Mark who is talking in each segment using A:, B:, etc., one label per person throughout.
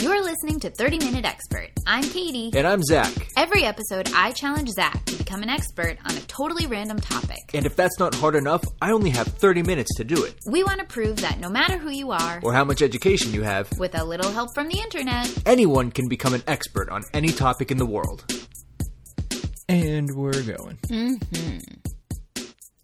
A: listening to 30 Minute Expert. I'm Katie.
B: And I'm Zach.
A: Every episode, I challenge Zach to become an expert on a totally random topic.
B: And if that's not hard enough, I only have 30 minutes to do it,
A: We want to prove that no matter who you are,
B: or how much education you have.
A: with a little help from the internet,
B: Anyone can become an expert on any topic in the world. And we're going.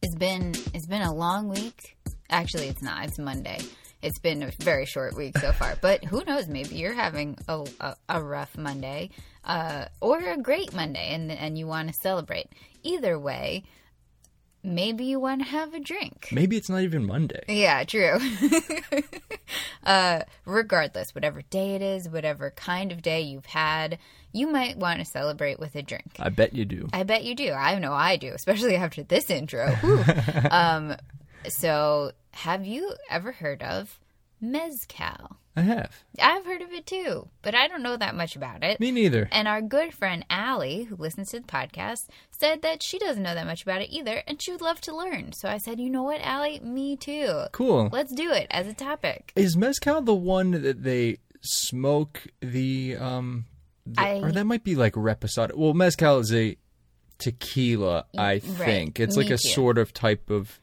A: it's been it's been a long week. Actually, it's not. It's Monday. It's been a very short week so far, but who knows? Maybe you're having a, a, a rough Monday, uh, or a great Monday, and and you want to celebrate. Either way, maybe you want to have a drink.
B: Maybe it's not even Monday.
A: Yeah, true. uh, regardless, whatever day it is, whatever kind of day you've had, you might want to celebrate with a drink.
B: I bet you do.
A: I bet you do. I know I do, especially after this intro. Whew. um, so, have you ever heard of mezcal?
B: I have.
A: I've heard of it too, but I don't know that much about it.
B: Me neither.
A: And our good friend Allie, who listens to the podcast, said that she doesn't know that much about it either, and she would love to learn. So I said, you know what, Allie? Me too.
B: Cool.
A: Let's do it as a topic.
B: Is mezcal the one that they smoke the um the-
A: I-
B: or that might be like reposado. Well, mezcal is a tequila, I
A: Mm, right.
B: think. It's
A: Me
B: like a
A: too.
B: sort of type of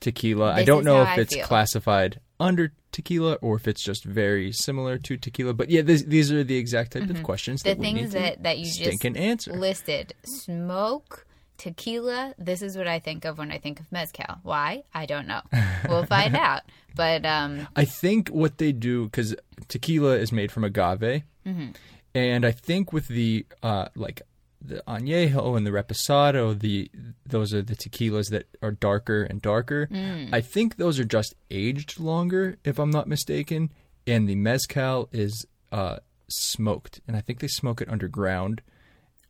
B: tequila. I
A: This
B: don't
A: is
B: know
A: how
B: if
A: I
B: it's
A: feel.
B: classified under tequila or if it's just very similar to tequila. But yeah, this, these are the exact type of questions
A: Mm-hmm. The
B: that we need
A: things
B: to
A: that, that you
B: stink
A: just
B: and answer.
A: listed smoke, tequila. This is what I think of when I think of Mezcal. Why? I don't know. We'll find out. But um,
B: I think what they do because tequila is made from agave,
A: Mm-hmm.
B: and I think with the uh, like the añejo and the reposado, the those are the tequilas that are darker and darker.
A: Mm.
B: I think those are just aged longer, if I'm not mistaken. And the mezcal is uh, smoked, and I think they smoke it underground.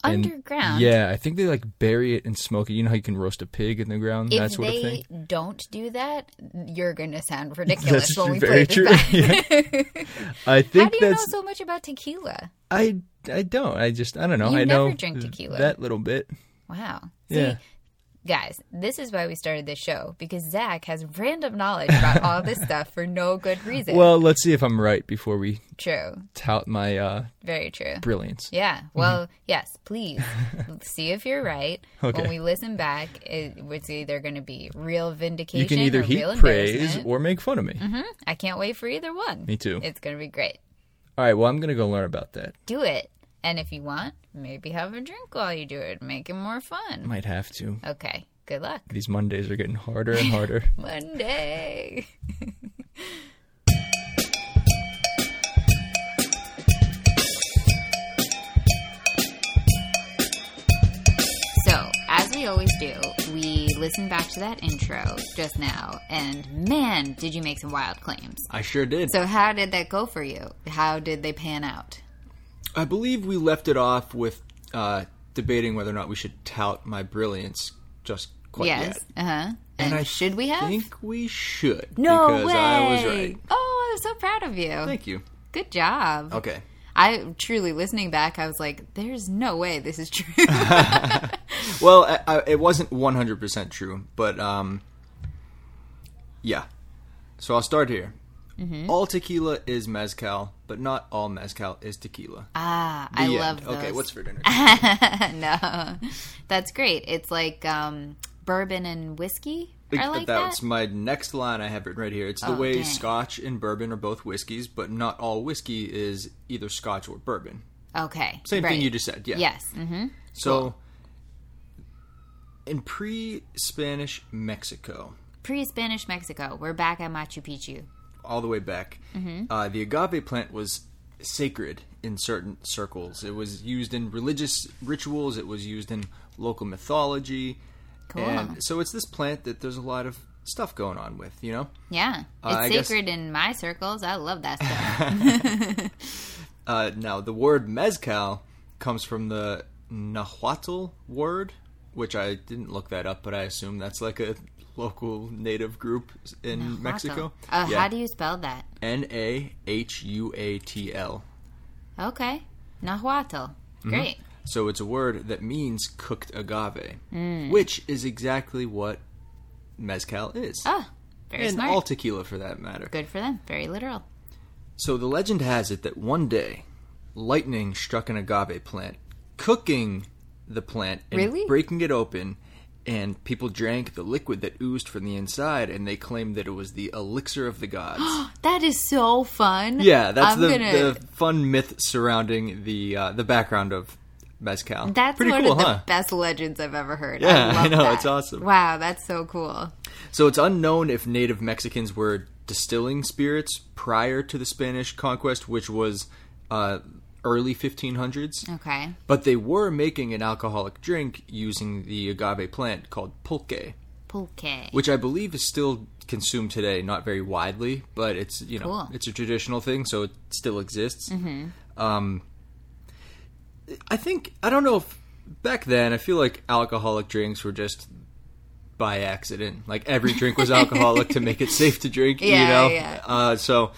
B: And-
A: underground.
B: yeah, I think they like bury it and smoke it. You know how you can roast a pig in the ground, that
A: If
B: sort of thing.
A: they don't do that, you're going to sound ridiculous when we
B: very
A: play
B: true.
A: this back. How
B: I think
A: do you
B: that's
A: know so much about tequila?
B: I I don't. I just I don't know.
A: You
B: I
A: never
B: know
A: drink tequila.
B: that little bit.
A: Wow.
B: Yeah.
A: guys, this is why we started this show because Zach has random knowledge about all this stuff for no good reason.
B: Well, let's see if I'm right before we
A: true.
B: tout my uh,
A: Very true.
B: brilliance.
A: Yeah. Well, yes, please see if you're right.
B: Okay.
A: When we listen back, it, it's either going to be real vindication
B: You can either
A: or
B: heap
A: real
B: praise
A: embarrassment.
B: or make fun of me.
A: Mhm. I can't wait for either one.
B: Me too.
A: It's going to be great.
B: All right. Well, I'm gonna go learn about that.
A: Do it. And if you want, maybe have a drink while you do it. Make it more fun.
B: Might have to.
A: Okay. Good luck.
B: These Mondays are getting harder and harder.
A: Monday. so, as we always do, we listen back to that intro just now, and man, did you make some wild claims.
B: I sure did.
A: So, how did that go for you? How did they pan out?
B: I believe we left it off with uh, debating whether or not we should tout my brilliance just quite
A: yes.
B: yet.
A: Uh huh. And,
B: I
A: should we have?
B: I think we should.
A: no
B: because
A: way.
B: I was right.
A: Oh, I'm so proud of you.
B: Thank you.
A: Good job.
B: Okay.
A: I truly listening back, I was like, "There's no way this is true."
B: Well, I, I, it wasn't 100% true, but um, yeah. So I'll start here.
A: Mm-hmm.
B: All tequila is mezcal, but not all mezcal is tequila.
A: ah,
B: The
A: I
B: end.
A: love those.
B: Okay, what's for dinner?
A: no, that's great. It's like um, bourbon and whiskey. I like that.
B: That's my next line I have it right here. It's the
A: Oh,
B: way
A: dang.
B: scotch and bourbon are both whiskeys, but not all whiskey is either scotch or bourbon.
A: Okay,
B: Same
A: right.
B: thing you just said, yeah.
A: Yes, hmm
B: So in pre Spanish Mexico,
A: pre-Spanish Mexico. We're back at Machu Picchu.
B: all the way back.
A: Mm-hmm.
B: Uh, the agave plant was sacred in certain circles. It was used in religious rituals. It was used in local mythology.
A: Cool.
B: And so it's this plant that there's a lot of stuff going on with, you know?
A: Yeah,
B: I
A: it's
B: guess-
A: sacred in my circles. I love that stuff.
B: Uh, now, the word mezcal comes from the Nahuatl word, which I didn't look that up, but I assume that's like a local native group in Mexico.
A: Uh, How do you spell that?
B: N A H U A T L.
A: Okay, Nahuatl.
B: Mm-hmm.
A: Great.
B: So it's a word that means cooked agave,
A: Hmm.
B: which is exactly what mezcal is.
A: Oh, very
B: and
A: smart.
B: all tequila for that matter.
A: Good for them. Very literal.
B: So the legend has it that one day lightning struck an agave plant, cooking the plant and
A: Really?
B: breaking it open. And people drank the liquid that oozed from the inside, and they claimed that it was the elixir of the gods.
A: That is so fun.
B: yeah, that's
A: I'm
B: the,
A: gonna,
B: the fun myth surrounding the uh, the background of mezcal.
A: That's
B: pretty
A: one
B: cool,
A: of the
B: huh?
A: best legends I've ever heard.
B: Yeah,
A: I,
B: I
A: love
B: know,
A: that.
B: it's awesome.
A: Wow, that's so cool.
B: So it's unknown if native Mexicans were distilling spirits prior to the Spanish conquest, which was uh, early 1500s,
A: Okay.
B: but they were making an alcoholic drink using the agave plant called pulque,
A: Pulque.
B: which I believe is still consumed today, not very widely, but it's you know
A: Cool. Mm-hmm.
B: it's a traditional thing, so it still exists. Um, I think I don't know if back then I feel like alcoholic drinks were just by accident. Like every drink was alcoholic to make it safe to drink. you
A: Yeah,
B: know,
A: yeah.
B: Uh, so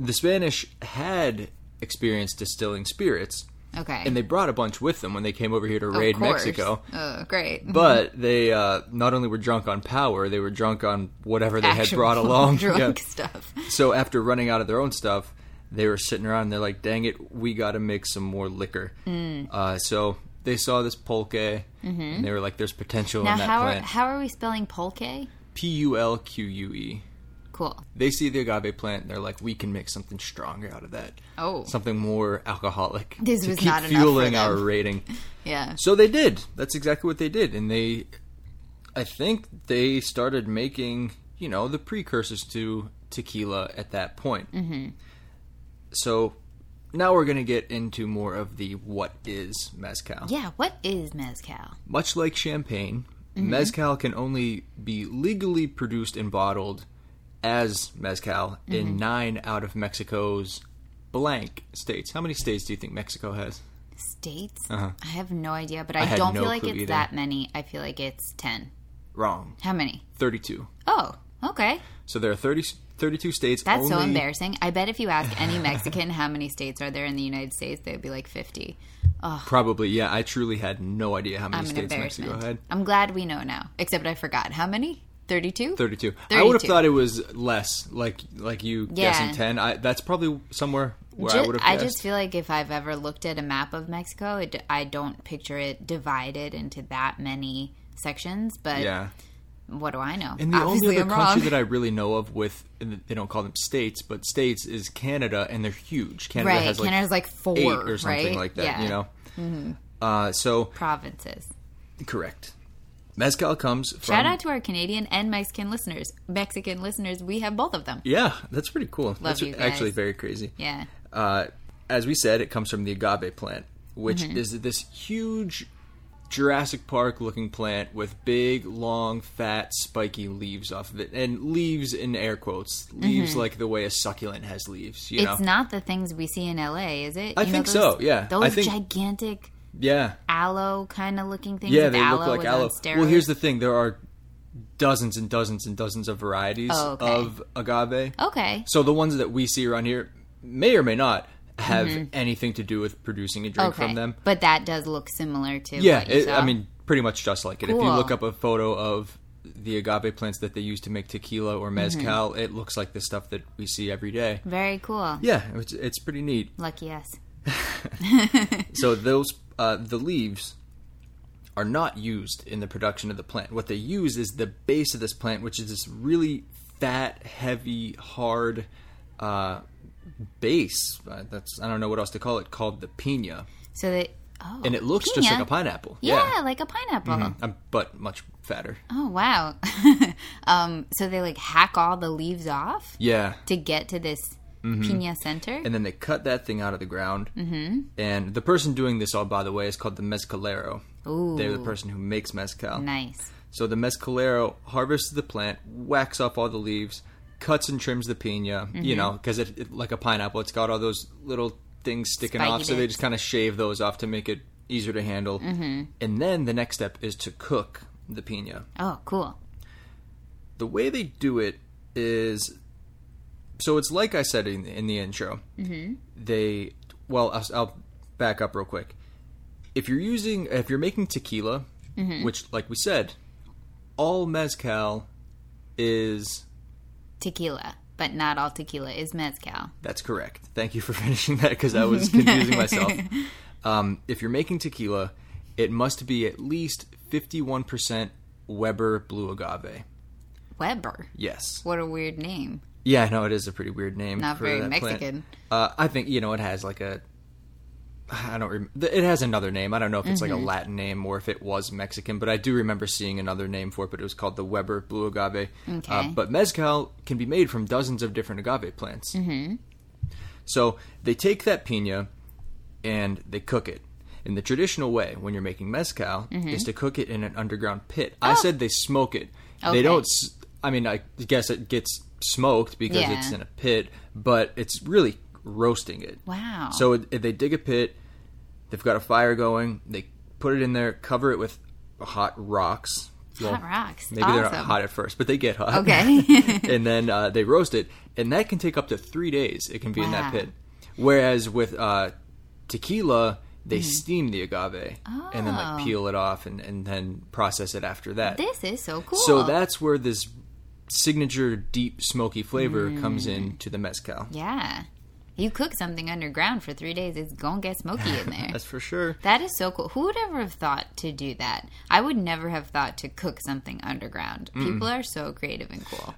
B: the Spanish had experience distilling spirits,
A: Okay.
B: and they brought a bunch with them when they came over here to
A: Of
B: raid
A: course.
B: Mexico.
A: Oh, great.
B: But they uh, not only were drunk on power, they were drunk on whatever they had
A: Actual
B: brought along.
A: drunk
B: Yeah.
A: stuff.
B: So after running out of their own stuff, they were sitting around and they're like, dang it, we got to make some more liquor.
A: Mm.
B: Uh, so they saw this pulque and they were like, there's potential
A: Mm-hmm. Now,
B: in that
A: how are,
B: plant.
A: how are we spelling pulque?
B: P U L Q U E.
A: Cool.
B: They see the agave plant and they're like, we can make something stronger out of that.
A: Oh.
B: Something more alcoholic.
A: This
B: to
A: was
B: keep
A: not enough for
B: fueling our
A: them.
B: rating.
A: Yeah.
B: So they did. That's exactly what they did, and they, I think they started making you know the precursors to tequila at that point. Mm-hmm. So now we're going to get into more of the what is mezcal.
A: Yeah, what is mezcal?
B: Much like champagne, mezcal can only be legally produced and bottled as mezcal in nine out of Mexico's blank states. How many states do you think Mexico has?
A: States? I have no idea, but I,
B: Uh-huh. had
A: don't
B: no
A: feel like
B: clue
A: it's
B: either.
A: that many. I feel like it's 10.
B: Wrong,
A: How many?
B: thirty-two.
A: Oh, okay.
B: So there are 30, 32 states.
A: That's so
B: only-
A: embarrassing. I bet if you ask any Mexican how many states are there in the United States, they'd be like 50.
B: Probably, yeah. I truly had no idea how many
A: I'm an
B: states Mexico had.
A: embarrassment. I'm glad we know now. Except I forgot. How many? 32?
B: 32. I would have
A: 32.
B: thought it was less, like like you
A: Yeah.
B: guessing 10. I, that's probably somewhere where I
A: Ju-
B: would have
A: I
B: guessed.
A: just feel like if I've ever looked at a map of Mexico, it, I don't picture it divided into that many sections. But
B: yeah.
A: what do I know?
B: And the
A: Obviously,
B: only other
A: I'm
B: country
A: wrong.
B: that I really know of with, and they don't call them states, but states is Canada, and they're huge. Canada
A: right?
B: has like
A: Canada's like four
B: eight or something
A: right?
B: like that,
A: Yeah. Mm-hmm.
B: you know? Uh, so,
A: provinces.
B: correct. Mezcal comes from.
A: Shout out to our Canadian and Mexican listeners. Mexican listeners, we have both of them.
B: yeah, that's pretty cool. that's
A: you
B: actually
A: guys.
B: very crazy.
A: Yeah.
B: uh, as we said, it comes from the agave plant, which
A: Mm-hmm.
B: is this huge Jurassic Park looking plant with big, long, fat, spiky leaves off of it. And leaves in air quotes. Leaves like the way a succulent has leaves, you know?
A: Mm-hmm. It's not the things we see in LA, is it?
B: I think so, yeah. I
A: Those
B: think-
A: gigantic
B: yeah.
A: aloe kind of looking things.
B: Yeah,
A: with
B: they
A: aloe
B: look like
A: is
B: aloe.
A: On steroids.
B: Well, here's the thing there are dozens and dozens and dozens of varieties
A: Oh, okay.
B: of agave.
A: okay.
B: So the ones that we see around here may or may not have anything to do with producing a drink
A: Mm-hmm. Okay.
B: from them.
A: But that does look similar to
B: Yeah,
A: What you
B: it,
A: saw.
B: I mean, pretty much just like it. If you
A: Cool.
B: look up a photo of the agave plants that they use to make tequila or
A: Mm-hmm.
B: mezcal, it looks like the stuff that we see every day.
A: very cool.
B: Yeah, it's, it's pretty neat.
A: Lucky us.
B: So those uh, the leaves are not used in the production of the plant. What they use is the base of this plant, which is this really fat, heavy, hard uh, base. Uh, that's I don't know what else to call it. Called the pina,
A: So that oh,
B: and it looks just
A: piña.
B: like a pineapple.
A: Yeah, like a pineapple.
B: Um, but much fatter.
A: Oh wow. um, so they like hack all the leaves off
B: Yeah.
A: to get to this pina center.
B: Mm-hmm. and then they cut that thing out of the ground. Mm-hmm. And the person doing this all, by the way, is called the mezcalero.
A: Ooh,
B: They're the person who makes mezcal.
A: nice.
B: So the mezcalero harvests the plant, whacks off all the leaves, cuts and trims the pina. You
A: Mm-hmm.
B: know, because it, it- like a pineapple, it's got all those little things sticking
A: Spiky
B: off. So they
A: bits.
B: just kind of shave those off to make it easier to handle. Mm-hmm. And then the next step is to cook the pina.
A: Oh, cool.
B: The way they do it is so it's like I said in, in the intro. Mm-hmm. They well, I'll, I'll back up real quick. If you're using, if you're making tequila,
A: Mm-hmm.
B: which, like we said, all mezcal is
A: Tequila. but not all tequila is mezcal.
B: That's correct. Thank you for finishing that because I was confusing myself. Um, if you're making tequila, it must be at least 51% Weber Blue Agave.
A: Weber.
B: Yes.
A: What a weird name.
B: Yeah, I know it is a pretty weird name.
A: Not
B: for
A: very
B: that plant.
A: Mexican.
B: Uh, I think you know it has like a. I don't. Rem- th- it has another name. I don't know if it's
A: Mm-hmm.
B: like a Latin name or if it was Mexican, but I do remember seeing another name for it. But it was called the Weber Blue Agave. Uh,
A: Okay.
B: but mezcal can be made from dozens of different agave plants. Mm-hmm. So they take that pina and they cook it. In the traditional way, when you're making mezcal,
A: Mm-hmm.
B: is to cook it in an underground pit. I said they smoke it.
A: Oh. Okay.
B: They don't. s- I mean, I guess it gets smoked because
A: Yeah.
B: it's in a pit, but it's really roasting it.
A: Wow.
B: So it, it- they dig a pit. They've got a fire going. They put it in there, cover it with hot rocks. Well,
A: Hot rocks.
B: Maybe they're not
A: Awesome.
B: hot at first, but they get hot.
A: Okay.
B: and then uh, they roast it, and that can take up to three days. It can be in
A: Wow.
B: that pit. Whereas with uh, tequila, they
A: Mm-hmm.
B: steam the agave and then
A: Oh.
B: like peel it off and, and then process it after that.
A: This is so cool.
B: So that's where this signature deep smoky flavor comes
A: Mm.
B: into the mezcal.
A: Yeah. You cook something underground for three days, it's gonna get smoky in there.
B: That's for sure.
A: that is so cool. Who would ever have thought to do that? I would never have thought to cook something underground.
B: Mm.
A: People are so creative and cool.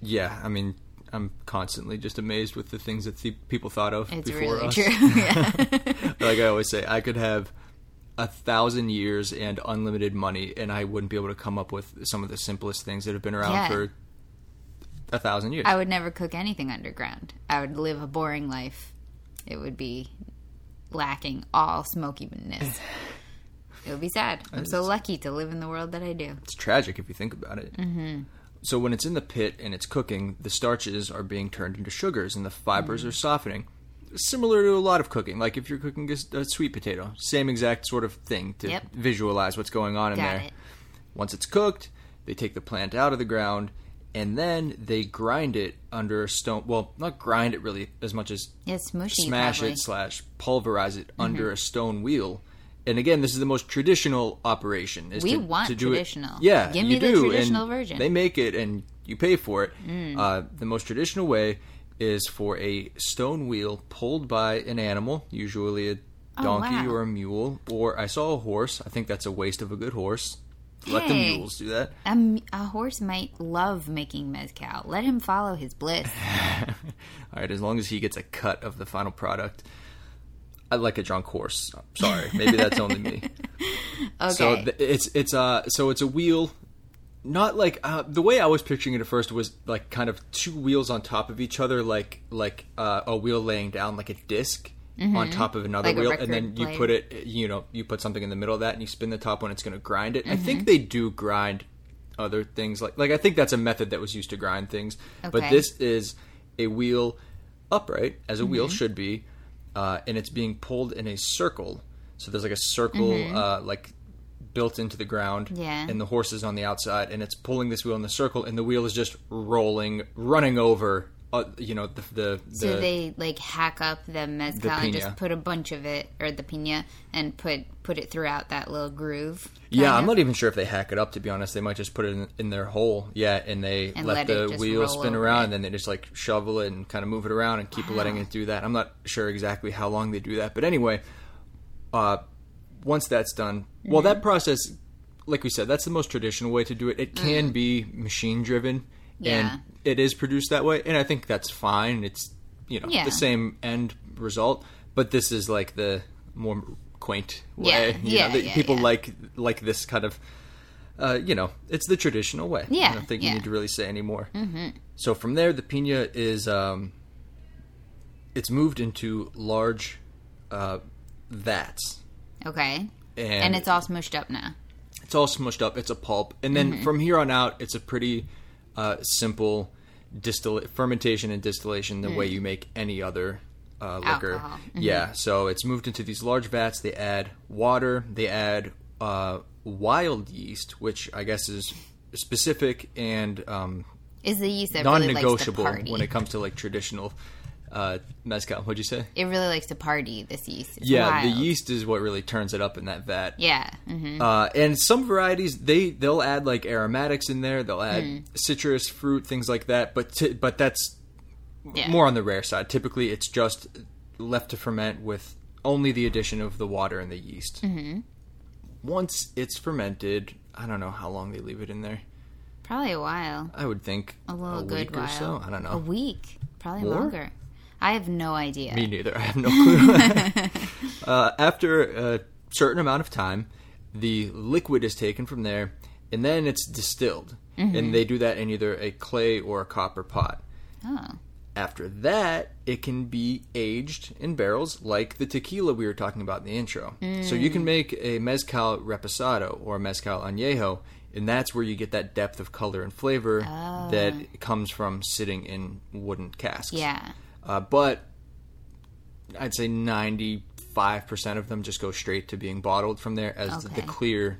B: Yeah, I mean, I'm constantly just amazed with the things that the people thought of
A: It's
B: before
A: really
B: us.
A: true. yeah.
B: like I always say, I could have a thousand years and unlimited money, and I wouldn't be able to come up with some of the simplest things that have been around
A: Yeah.
B: for a thousand years.
A: I would never cook anything underground. I would live a boring life. It would be lacking all smokiness. It would be sad. I'm so lucky to live in the world that I do.
B: it's tragic if you think about it. Mm-hmm. So when it's in the pit and it's cooking, the starches are being turned into sugars, and the fibers
A: Mm.
B: are softening. Similar to a lot of cooking, like if you're cooking a, a sweet potato, same exact sort of thing to
A: Yep.
B: visualize what's going on in
A: Got
B: there.
A: it.
B: Once it's cooked, they take the plant out of the ground and then they grind it under a stone. Well, not grind it really as much as
A: It's mushy.
B: smash
A: probably.
B: it slash pulverize it under a stone wheel. And again, this is the most traditional operation. Is
A: We
B: to,
A: want
B: to do
A: traditional.
B: It. Yeah,
A: Give
B: you
A: me the
B: do,
A: traditional
B: and
A: version. Mm.
B: They make it, and you pay for it. Uh, the most traditional way is for a stone wheel pulled by an animal, usually a donkey
A: Oh, wow.
B: or a mule, or I saw a horse. I think that's a waste of a good horse. Let the
A: Hey.
B: mules do that.
A: A, m- a horse might love making mezcal. Let him follow his bliss.
B: All right, as long as he gets a cut of the final product. I like a drunk horse. I'm sorry, maybe that's only me.
A: Okay.
B: So th- it's it's uh so it's a wheel, not like uh, the way I was picturing it at first was like kind of two wheels on top of each other, like like uh, a wheel laying down like a disk on top of another
A: Mm-hmm. Like a
B: wheel, and then
A: record
B: you
A: player.
B: put it you know you put something in the middle of that and you spin the top one. It's going to grind it. I
A: Mm-hmm.
B: think they do grind other things like like I think that's a method that was used to grind things, but
A: Okay.
B: this is a wheel upright as a wheel
A: Mm-hmm.
B: should be, uh, and it's being pulled in a circle. So there's like a circle uh, like built into the ground,
A: Mm-hmm. Yeah.
B: and the horse is on the outside, and it's pulling this wheel in the circle, and the wheel is just rolling, running over, uh, you know, the the, the
A: so they like hack up the mezcal and
B: piña.
A: just put a bunch of it or the pina and put put it throughout that little groove.
B: yeah.
A: kind
B: I'm
A: of?
B: not even sure if they hack it up. To be honest, they might just put it in, in their hole, yeah, and they
A: And
B: let,
A: let
B: the
A: it just
B: wheel
A: roll
B: spin
A: over
B: around,
A: it.
B: and then they just like shovel it and kind of move it around and keep letting it do that. I'm not sure exactly how long they do that, but anyway, uh, once that's done, well,
A: Mm-hmm.
B: that process, like we said, that's the most traditional way to do it. It can be machine driven,
A: Mm. Yeah.
B: and it is produced that way, and I think that's fine. It's you know
A: Yeah.
B: the same end result, but this is like the more quaint way.
A: Yeah,
B: you know,
A: yeah,
B: that
A: yeah,
B: people
A: yeah.
B: like like this kind of. Uh, you know, it's the traditional way.
A: Yeah,
B: I don't think
A: yeah. Mm-hmm.
B: you need to really say any more. So from there, the pina is um, it's moved into large uh, vats,
A: Okay.
B: and,
A: And it's all smushed up now.
B: it's all smushed up. It's a pulp, and then
A: Mm-hmm.
B: from here on out, it's a pretty uh, simple distilla- fermentation and distillation. The way you make any other uh,
A: Mm.
B: liquor,
A: Alcohol. Mm-hmm.
B: yeah. So it's moved into these large vats. They add water. They add uh, wild yeast, which I guess is specific and um,
A: Is the yeast that really likes to
B: non-negotiable
A: party?
B: when it comes to like traditional uh, mezcal. What'd you say?
A: It really likes to party. This yeast. It's
B: Yeah, the
A: wild.
B: yeast is what really turns it up in that vat.
A: Yeah. hmm
B: Uh, and some varieties they
A: Hmm.
B: they'll add like aromatics in there. They'll add citrus fruit things like that. But t- but that's
A: Yeah.
C: more on the rare side. Typically, it's just left to ferment with only the addition of the water and the yeast. Mm-hmm. Once it's fermented, I don't know how long they leave it in there.
A: Probably a while.
C: I would think
A: A little
C: week
A: good
C: or
A: while.
C: so. I don't
A: A
C: know.
A: week. Probably
C: More?
A: longer. I have no idea.
C: Me neither. I have no clue. uh, after a certain amount of time, the liquid is taken from there, and then it's distilled.
A: Mm-hmm.
C: And they do that in either a clay or a copper pot.
A: Oh.
C: After that, it can be aged in barrels like the tequila we were talking about in the intro. So you
A: Mm.
C: can make a mezcal reposado or mezcal añejo, and that's where you get that depth of color and flavor that comes from sitting in wooden casks.
A: Ah. Yeah.
C: Uh, but I'd say 95% of them just go straight to being bottled from there as the,
A: Okay.
C: the clear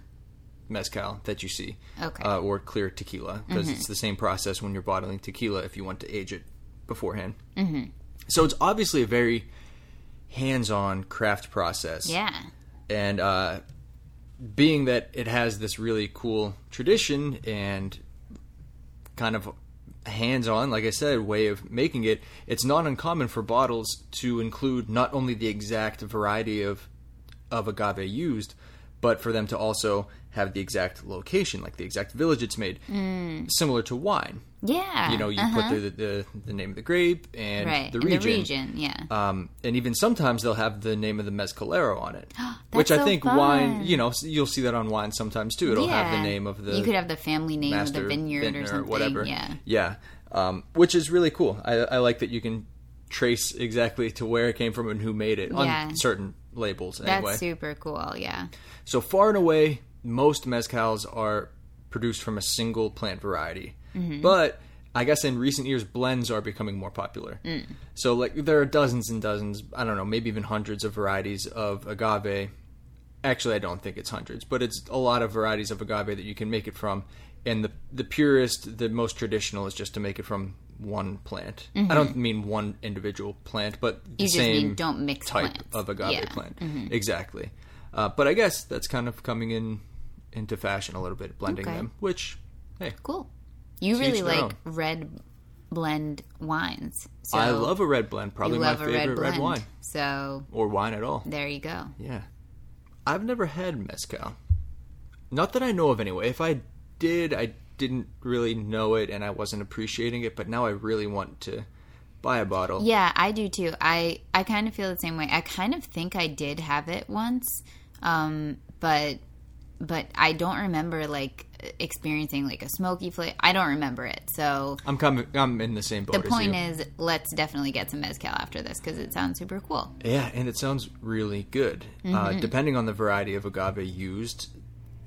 C: mezcal that you see.
A: Okay.
C: Uh, or clear tequila, because it's the same process when you're bottling tequila if you want to age it beforehand. Mm-hmm. So it's obviously a very hands on craft process
A: Yeah.
C: and uh, being that it has this really cool tradition and kind of hands-on like i said way of making it it's not uncommon for bottles to include not only the exact variety of of agave used but for them to also have the exact location like the exact village it's made similar to wine
A: Yeah.
C: you know you
A: Uh-huh.
C: put the, the the name of the grape and
A: right.
C: the
A: In
C: region,
A: the region. Yeah.
C: um, and even sometimes they'll have the name of the mezcalero on it, which I
A: so
C: think
A: fun.
C: wine. You know, s- you'll see that on wine sometimes too. It'll have the name of the
A: You could have the family name of
C: master
A: the vineyard or
C: vintner
A: something.
C: whatever.
A: Yeah.
C: yeah, um, which is really cool. I, I like that you can trace exactly to where it came from and who made it
A: Yeah.
C: on certain labels.
A: That's
C: Anyway,
A: super cool. Yeah.
C: so far and away, most mezcals are produced from a single plant variety. But I guess in recent years, blends are becoming more popular. So like there are dozens and dozens, I don't know, maybe even hundreds of varieties of agave. Actually, I don't think it's hundreds, but it's a lot of varieties of agave that you can make it from. And the the purest, the most traditional is just to make it from one plant. I don't mean one individual plant, but the
A: You just
C: same
A: mean don't mix
C: type
A: plants.
C: of agave
A: Yeah. Mm-hmm.
C: plant. Exactly. Uh, but I guess that's kind of coming in into fashion a little bit, blending
A: Okay.
C: them, which, hey,
A: Cool. You really
C: each their
A: like
C: own.
A: red blend wines. So
C: I love a red blend. Probably
A: you
C: my
A: love a
C: favorite
A: red
C: red,
A: blend.
C: wine
A: So
C: or wine at all.
A: there you go.
C: Yeah. I've never had mezcal. Not that I know of anyway. If I did, I didn't really know it and I wasn't appreciating it, but now I really want to buy a bottle.
A: Yeah, I do too. I I kind of feel the same way. I kind of think I did have it once, um, but but I don't remember like experiencing like a smoky flavor. I don't remember it. So
C: I'm coming I'm in the same boat
A: the
C: as
A: point
C: you.
A: is, let's definitely get some mezcal after this because it sounds super cool.
C: Yeah, and it sounds really good. Uh,
A: Mm-hmm.
C: depending on the variety of agave used,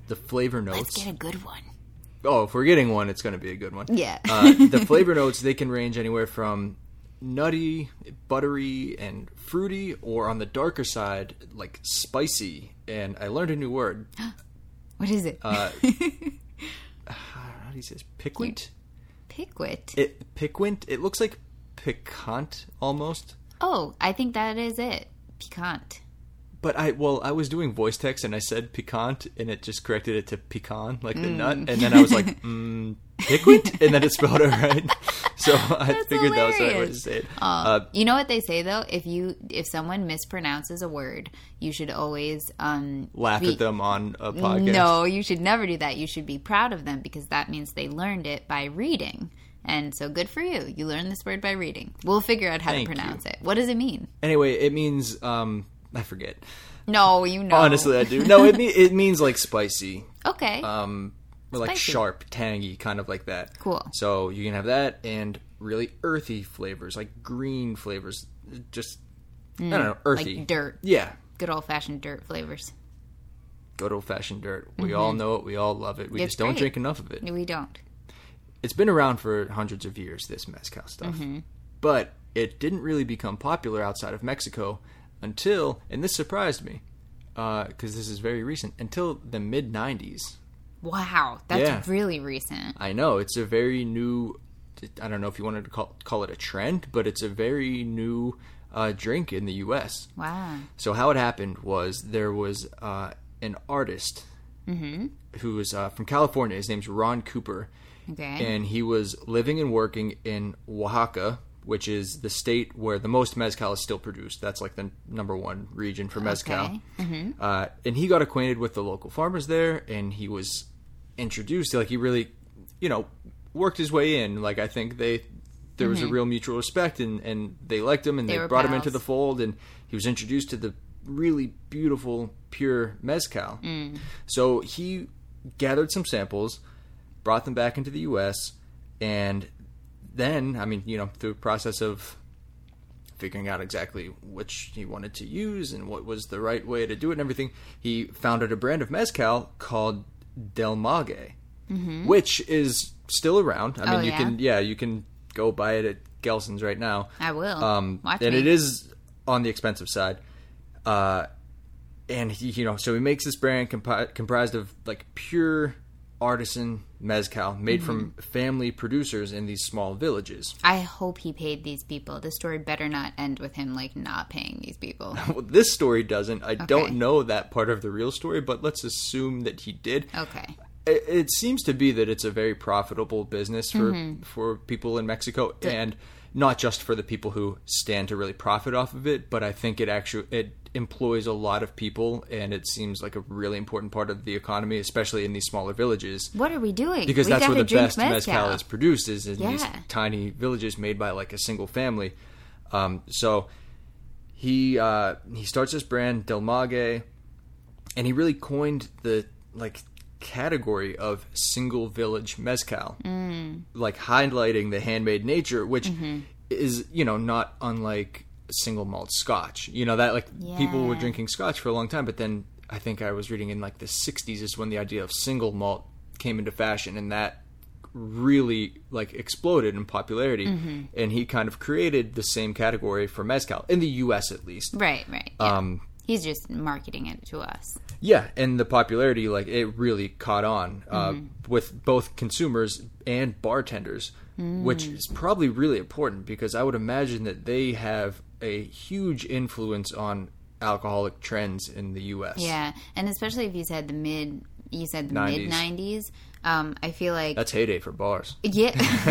C: the flavor notes
A: Let's get a good one.
C: oh, if we're getting one, it's going to be a good one.
A: Yeah.
C: uh, the flavor notes they can range anywhere from nutty, buttery, and fruity, or on the darker side, like spicy. And I learned a new word.
A: What is it?
C: Uh, how do you say this? Piquant.
A: Piquet.
C: It piquant. It looks like piquant almost.
A: oh, I think that is it. Piquant.
C: But I well, I was doing voice text and I said piquant, and it just corrected it to pecan, like the nut. And then I was like, mm, piquant, and then it spelled it right. So I figured that was the right way to
A: hilarious.
C: say it. Uh,
A: You know what they say though? If you if someone mispronounces a word, you should always um
C: laugh
A: be-
C: at them on a podcast.
A: No, you should never do that. You should be proud of them because that means they learned it by reading. And so good for you. You learned this word by reading. We'll figure out how
C: Thank
A: to pronounce it. What does it mean?
C: Anyway, it means um, I forget.
A: No, you know.
C: Honestly, I do. No, it me- it means like spicy,
A: Okay.
C: um, or like
A: Spicy.
C: sharp, tangy, kind of like that.
A: Cool.
C: So you can have that and really earthy flavors, like green flavors, just I don't know, earthy.
A: Mm, like dirt.
C: Yeah,
A: Good old fashioned dirt flavors.
C: good old fashioned dirt. We all know it. We all love it. We
A: Mm-hmm. It's
C: just don't
A: great.
C: drink enough of it.
A: We don't.
C: it's been around for hundreds of years this mezcal stuff
A: Mm-hmm.
C: but it didn't really become popular outside of mexico until and this surprised me because this is very recent until the mid 90s
A: Wow. That's
C: Yeah.
A: really recent.
C: i know it's a very new i don't know if you wanted to call, call it a trend but it's a very new uh, drink in the us
A: Wow.
C: so how it happened was there was uh, an artist
A: Mm-hmm.
C: who was uh, from california his name's ron cooper
A: Okay.
C: and he was living and working in Oaxaca, which is the state where the most mezcal is still produced. That's like the number one region for mezcal.
A: Okay. Mm-hmm.
C: Uh, and he got acquainted with the local farmers there, and he was introduced. Like he really, you know, worked his way in. Like I think they there was a real mutual respect, and and they liked him,
A: Mm-hmm.
C: and
A: They
C: they,
A: were
C: brought him
A: pals.
C: into the fold, and he was introduced to the really beautiful pure mezcal.
A: Mm.
C: So he gathered some samples, brought them back into the U.S., and then I mean, you know, through the process of figuring out exactly which he wanted to use and what was the right way to do it and everything, he founded a brand of mezcal called Del Mage, which is still around. I mean,
A: Mm-hmm. Oh,
C: you
A: yeah?
C: can yeah, you can go buy it at Gelson's right now.
A: I will.
C: Um,
A: Watch
C: and
A: me.
C: it is on the expensive side. Uh, and he, you know, so he makes this brand compi- comprised of like pure artisan mezcal made from
A: Mm-hmm.
C: family producers in these small villages.
A: I hope he paid these people. The story better not end with him like not paying these people.
C: Well, this story doesn't. I
A: Okay.
C: don't know that part of the real story, but let's assume that he did.
A: Okay.
C: It, it seems to be that it's a very profitable business for
A: Mm-hmm.
C: for people in Mexico, and not just for the people who stand to really profit off of it, but I think it actually it employs a lot of people, and it seems like a really important part of the economy, especially in these smaller villages.
A: What are we doing?
C: Because
A: we
C: that's
A: gotta
C: where the
A: drink
C: best mezcal. is produced is in these
A: Yeah.
C: tiny villages made by like a single family. Um, so he uh, he starts this brand Del Mage, and he really coined the like category of single village mezcal, like highlighting the handmade nature, which is you know not unlike single malt Scotch. You know that like people were
A: Yeah.
C: drinking Scotch for a long time, but then I think I was reading in like the '60s is when the idea of single malt came into fashion, and that really like exploded in popularity and he kind of created the same category for mezcal in the US at least
A: Right, right. yeah.
C: um
A: He's just marketing it to us.
C: yeah and the popularity like it really caught on uh,
A: Mm-hmm.
C: with both consumers and bartenders
A: Mm.
C: which is probably really important because i would imagine that they have a huge influence on alcoholic trends in the US
A: Yeah, and especially if you said the mid, you said the
C: 90s.
A: mid nineties. Um, I feel like
C: that's heyday for bars
A: yeah,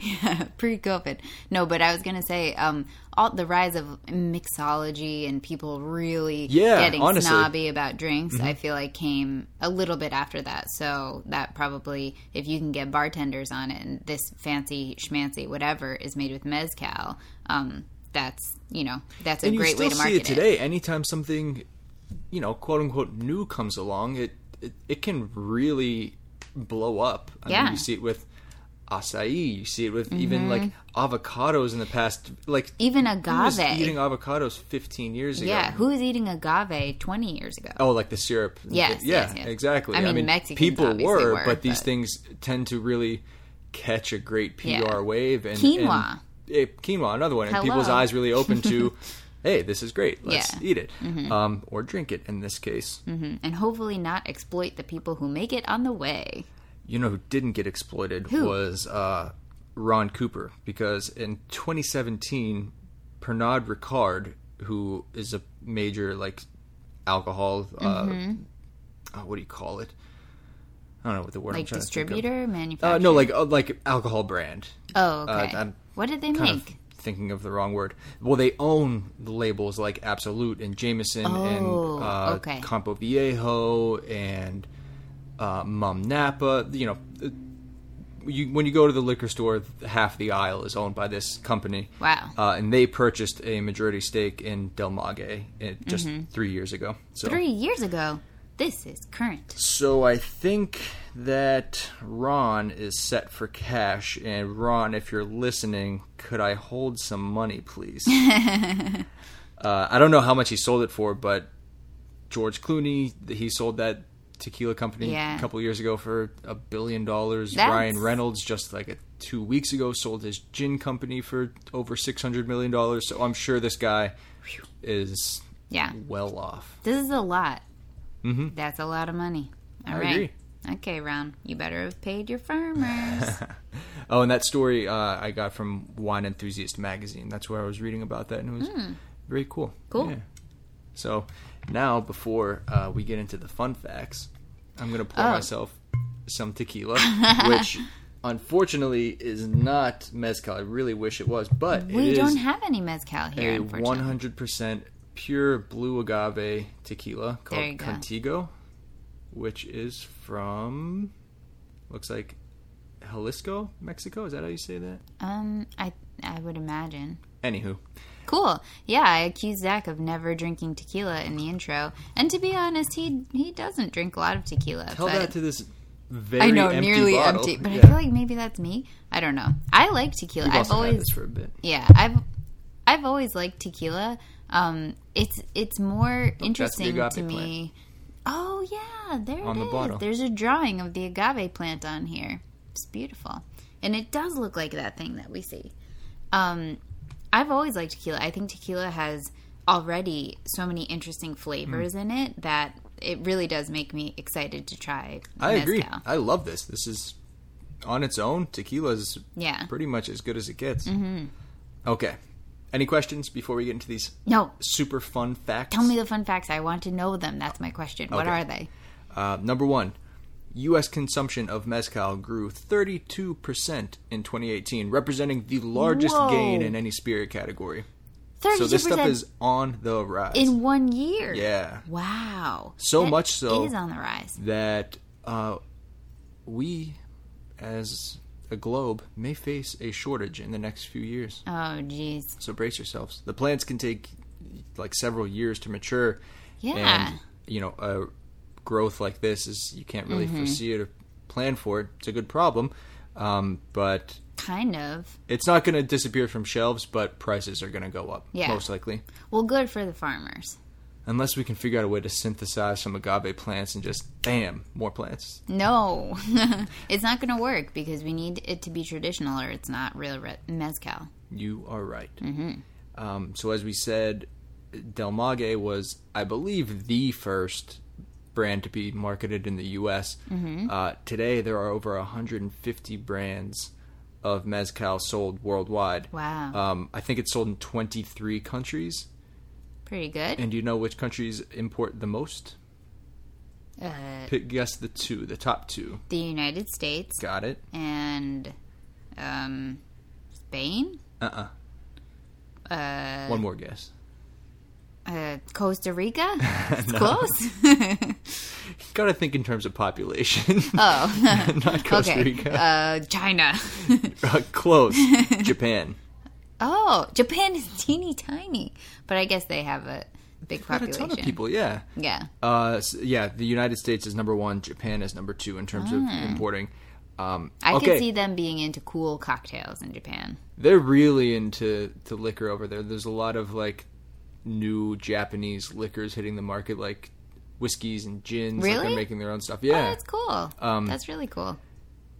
A: yeah pre-COVID. No, but I was gonna say, um, all the rise of mixology and people really
C: Yeah,
A: getting
C: honestly. Mm-hmm.
A: snobby about drinks. I feel like came a little bit after that. So that probably, if you can get bartenders on it, and this fancy schmancy whatever is made with mezcal, um, that's you know that's a
C: and
A: great
C: you still
A: way to market
C: see it today. Anytime something, you know, quote unquote new comes along, it it, it can really blow up. I
A: Yeah.
C: mean, you see it with acai. You see it with even
A: Mm-hmm.
C: like avocados in the past. Like
A: Even
C: who was
A: agave.
C: eating avocados 15 years ago.
A: Yeah, who was eating agave 20 years ago?
C: Oh, like the syrup.
A: Yes,
C: yeah,
A: yes, yes.
C: exactly.
A: I
C: I mean,
A: mean, Mexicans
C: people
A: obviously
C: were,
A: were,
C: but, these
A: but-
C: things tend to really catch a great PR
A: Yeah.
C: wave. And
A: Quinoa.
C: and- eh, quinoa, another one, and
A: Hello.
C: people's eyes really open to, hey, this is great. Let's
A: Yeah. Mm-hmm. Mm.
C: eat it, um, or drink it. In this case,
A: And hopefully not exploit the people who make it on the way.
C: you know who didn't get exploited
A: Who?
C: was uh, Ron Cooper because in 2017, Pernod Ricard, who is a major like alcohol, uh, oh, what do you call it? I don't know what the word. I'm
A: Mm-hmm. Like
C: trying to think of.
A: distributor,
C: Uh,
A: manufacturer.
C: no, like uh, like alcohol brand.
A: Oh, okay.
C: uh, I'm
A: what did they
C: Kind
A: make?
C: of thinking of the wrong word. Well, they own the labels like Absolute and Jameson
A: Oh,
C: and uh,
A: okay.
C: Campo Viejo and uh, Mum Napa. You know, uh, you, when you go to the liquor store, half the aisle is owned by this company.
A: Wow.
C: Uh, and they purchased a majority stake in Del Mage uh, just
A: Mm-hmm.
C: three years ago. So.
A: Three years ago. This is current.
C: So I think that Ron is set for cash. And Ron, if you're listening, could I hold some money, please? uh, I don't know how much he sold it for, but George Clooney, he sold that tequila company
A: Yeah.
C: a couple years ago for a billion dollars.
A: That's-
C: Ryan Reynolds, just like a, two weeks ago, sold his gin company for over $600 million. So I'm sure this guy is
A: Yeah.
C: well off.
A: This is a lot. Mm-hmm. That's a lot of money. All
C: I
A: right.
C: agree.
A: Okay, Ron. You better have paid your farmers.
C: Oh, and that story uh, I got from Wine Enthusiast magazine. That's where I was reading about that, and it was
A: Hmm.
C: very cool.
A: Cool.
C: So now, before uh, we get into the fun facts, I'm gonna pour
A: Oh.
C: myself some tequila, which
B: unfortunately is not mezcal. I really wish it was, but it
A: We
B: is
A: don't have any mezcal here,
B: a
A: unfortunately.
B: 100% pure blue agave tequila
A: There you
B: called
A: go.
B: Contigo, which is from looks like Jalisco, Mexico. Is that how you say that?
A: Um, I I would imagine.
B: Anywho,
A: Cool. Yeah, I accused Zach of never drinking tequila in the intro, and to be honest, he he doesn't drink a lot of tequila.
B: tell
A: but
B: that to this very
A: I know,
B: empty
A: nearly
B: bottle.
A: empty. But
B: Yeah.
A: I feel like maybe that's me. I don't know. I like tequila.
B: We've
A: I've
B: also had
A: always
B: this for a bit.
A: yeah i've i've always liked tequila um it's it's more interesting
B: agave
A: to me oh yeah there
B: On
A: it
B: the
A: is.
B: bottle.
A: there's a drawing of the agave plant on here it's beautiful and it does look like that thing that we see um i've always liked tequila i think tequila has already so many interesting
B: Hmm.
A: flavors in it that it really does make me excited to try
B: I agree.
A: mezcal.
B: I love this. This is on its own. Tequila is
A: yeah
B: pretty much as good as it gets.
A: Mm-hmm.
B: Okay. Any questions before we get into these
A: no
B: super fun facts?
A: tell me the fun facts i want to know them that's my question what
B: Okay.
A: are they
B: Uh, number one, U.S. consumption of mezcal grew 32% in 2018, representing the largest
A: Whoa.
B: gain in any spirit category.
A: 32%
B: So this stuff is on the rise.
A: in one year.
B: yeah.
A: Wow.
B: So much so-
A: It is on the rise.
B: That uh, we, as a globe, may face a shortage in the next few years.
A: Oh, jeez.
B: So brace yourselves. The plants can take like several years to mature.
A: Yeah.
B: And, you know, a growth like this is you can't
A: Mm-hmm.
B: really foresee it or plan for it. It's a good problem. Um, but
A: Kind of.
B: it's not going to disappear from shelves, but prices are going to go up,
A: Yeah.
B: most likely.
A: Well, good for the farmers.
B: Unless we can figure out a way to synthesize some agave plants and just, bam, more plants.
A: No, it's not going to work because we need it to be traditional or it's not real re- mezcal.
B: You are right. Um, so as we said, Del Mage was, I believe, the first brand to be marketed in the U.S. Uh, today, there are over 150 brands of mezcal sold worldwide.
A: Wow.
B: Um, I think it's sold in 23 countries.
A: Pretty good.
B: And do you know which countries import the most?
A: Uh,
B: Pick, guess the two, the top two.
A: the United States
B: Got it?
A: and um, Spain,
B: Uh-uh. Uh, One more guess.
A: uh, Costa Rica. It's close.
B: Got to think in terms of population.
A: oh,
B: Not Costa
A: okay.
B: Rica.
A: Uh, China.
B: Uh, close. Japan.
A: Oh, Japan is teeny tiny, but I guess they have a big
B: Got a
A: population.
B: ton of people. Yeah.
A: Yeah,
B: Uh, s yeah. The United States is number one. Japan is number two in terms
A: Mm.
B: of importing. Um,
A: I
B: okay.
A: could see them being into cool cocktails in Japan.
B: They're really into to liquor over there. There's a lot of like new Japanese liquors hitting the market, like whiskeys and gins. Like,
A: Really?
B: they're making their own stuff.
A: Oh,
B: Yeah. Um,
A: that's cool. that's really cool.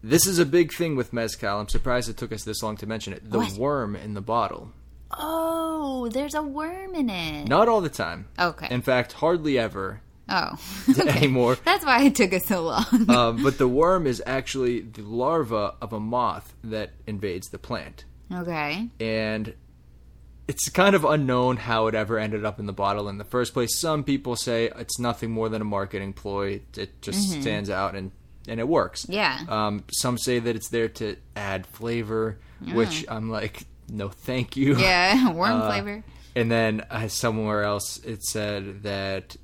B: this is a big thing with mezcal. I'm surprised it took us this long to mention it. The
A: What?
B: worm in the bottle.
A: Oh, there's a worm in it.
B: Not all the time.
A: Okay.
B: In fact, hardly ever
A: Oh,
B: anymore.
A: That's why it took us so long.
B: um, but the worm is actually the larva of a moth that invades the plant,
A: okay.
B: and it's kind of unknown how it ever ended up in the bottle in the first place. Some people say it's nothing more than a marketing ploy; it just
A: Mm-hmm.
B: stands out and and it works.
A: Yeah.
B: Um, some say that it's there to add flavor, which I'm like, no, thank you.
A: Yeah, worm
B: Uh,
A: flavor.
B: And then uh, somewhere else it said that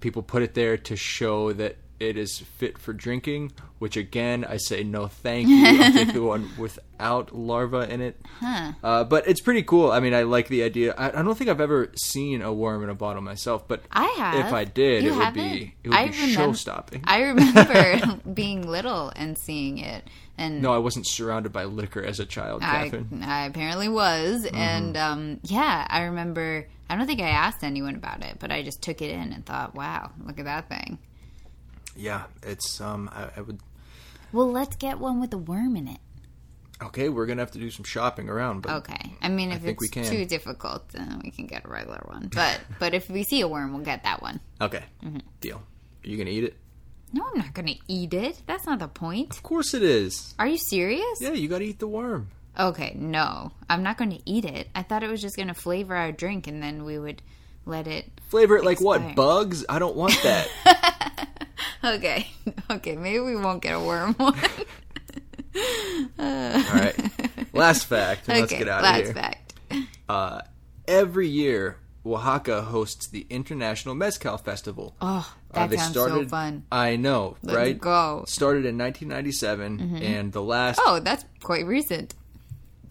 B: people put it there to show that it is fit for drinking, which again, I say no thank you. I'll take the one without larva in it. Uh, but it's pretty cool. I mean, I like the idea. I, I don't think I've ever seen a worm in a bottle myself, but
A: I have.
B: if I did,
A: Uh, You
B: it would
A: haven't?
B: be, it would
A: I
B: be
A: remem-
B: show stopping.
A: I remember being little and seeing it, and
B: no, I wasn't surrounded by liquor as a child,
A: I,
B: Catherine. Mm-hmm.
A: I apparently was, and um, yeah, I remember. I don't think I asked anyone about it, but I just took it in and thought, "Wow, look at that thing."
B: Yeah, it's, um, I, I would,
A: Well, let's get one with a worm in it.
B: okay, we're going to have to do some shopping around, but
A: Okay, I mean, if
B: think we
A: it's
B: can.
A: too difficult, then we can get a regular one. But but if we see a worm, we'll get that one.
B: Okay.
A: Mm-hmm.
B: Deal. Are you going to eat it?
A: No, I'm not gonna eat it. That's not the point.
B: Of course it is.
A: Are you serious?
B: Yeah, you got to eat the worm.
A: Okay, no, I'm not going to eat it. I thought it was just going to flavor our drink, and then we would let it.
B: Flavor it like
A: Expired.
B: what? Bugs? I don't want that.
A: Okay, okay, maybe we won't get a worm one.
C: All right. Last fact. and let's
A: okay,
C: get out
A: last
C: of here.
A: fact.
C: Uh, every year, Oaxaca hosts the International Mezcal Festival.
A: Oh,
C: Uh,
A: that
C: they
A: sounds
C: started,
A: so fun.
C: I know,
A: Let's
C: right?
A: go.
C: Started in 1997, and the last.
A: Oh, that's quite recent.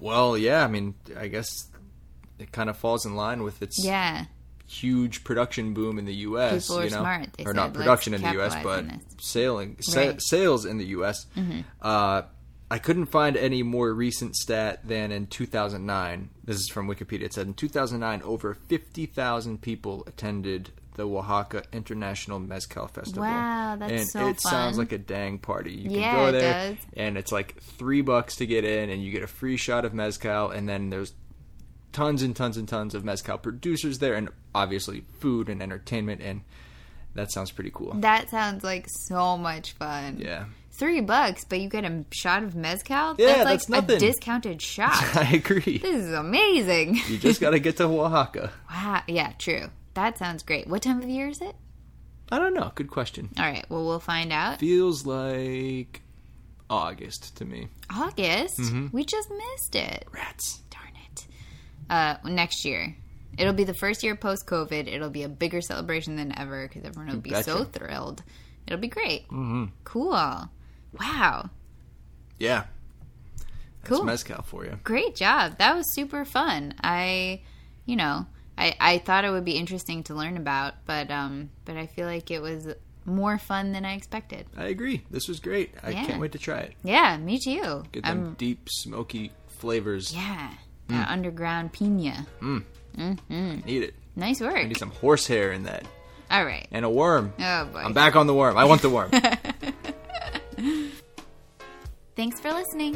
C: Well, yeah. I mean, I guess it kind of falls in line with its
A: Yeah.
C: huge production boom in the U.S.
A: People are
C: you know?
A: smart. They
C: or
A: said,
C: not
A: "Let's
C: production in the U.S.,
A: capitalize
C: but
A: on
C: sailing sa-
A: Right. Mm-hmm.
C: sales in the U.S. Uh, I couldn't find any more recent stat than in 2009. This is from Wikipedia. It said in 2009, over 50,000 people attended the Oaxaca International Mezcal Festival.
A: Wow, that's
C: and
A: so
C: it
A: fun.
C: sounds like a dang party. You
A: Yeah,
C: can go
A: it
C: there,
A: does.
C: and it's like three bucks to get in, and you get a free shot of mezcal, and then there's tons and tons and tons of mezcal producers there, and obviously food and entertainment, and that sounds pretty cool.
A: That sounds like so much fun.
C: Yeah,
A: Three bucks, but you get a shot of mezcal.
C: Yeah,
A: that's like
C: that's nothing.
A: a discounted shot.
C: I agree.
A: this is amazing.
C: You just gotta get to Oaxaca.
A: wow. Yeah, true. That sounds great. What time of year is it?
C: I don't know. Good question.
A: All right. Well, we'll find out.
C: Feels like August to me.
A: August.
C: Mm-hmm.
A: We just missed it.
C: Rats.
A: Darn it. Uh, next year. It'll be the first year post COVID. It'll be a bigger celebration than ever because everyone will be
C: betcha.
A: so thrilled. It'll be great. Mm-hmm. Cool. Wow.
C: Yeah,
A: Cool.
C: it's mezcal for you.
A: great job that was super fun i you know i i thought it would be interesting to learn about but um but i feel like it was more fun than i expected
C: I agree. This was great. I
A: Yeah.
C: can't wait to try it.
A: yeah me too
C: Get them
A: um
C: deep, smoky flavors.
A: yeah
C: Mm.
A: that underground pina
C: Need it.
A: nice
C: I
A: work
C: need some horsehair in that.
A: all right
C: And a worm.
A: oh boy
C: I'm back on the worm. I want the worm.
A: thanks for listening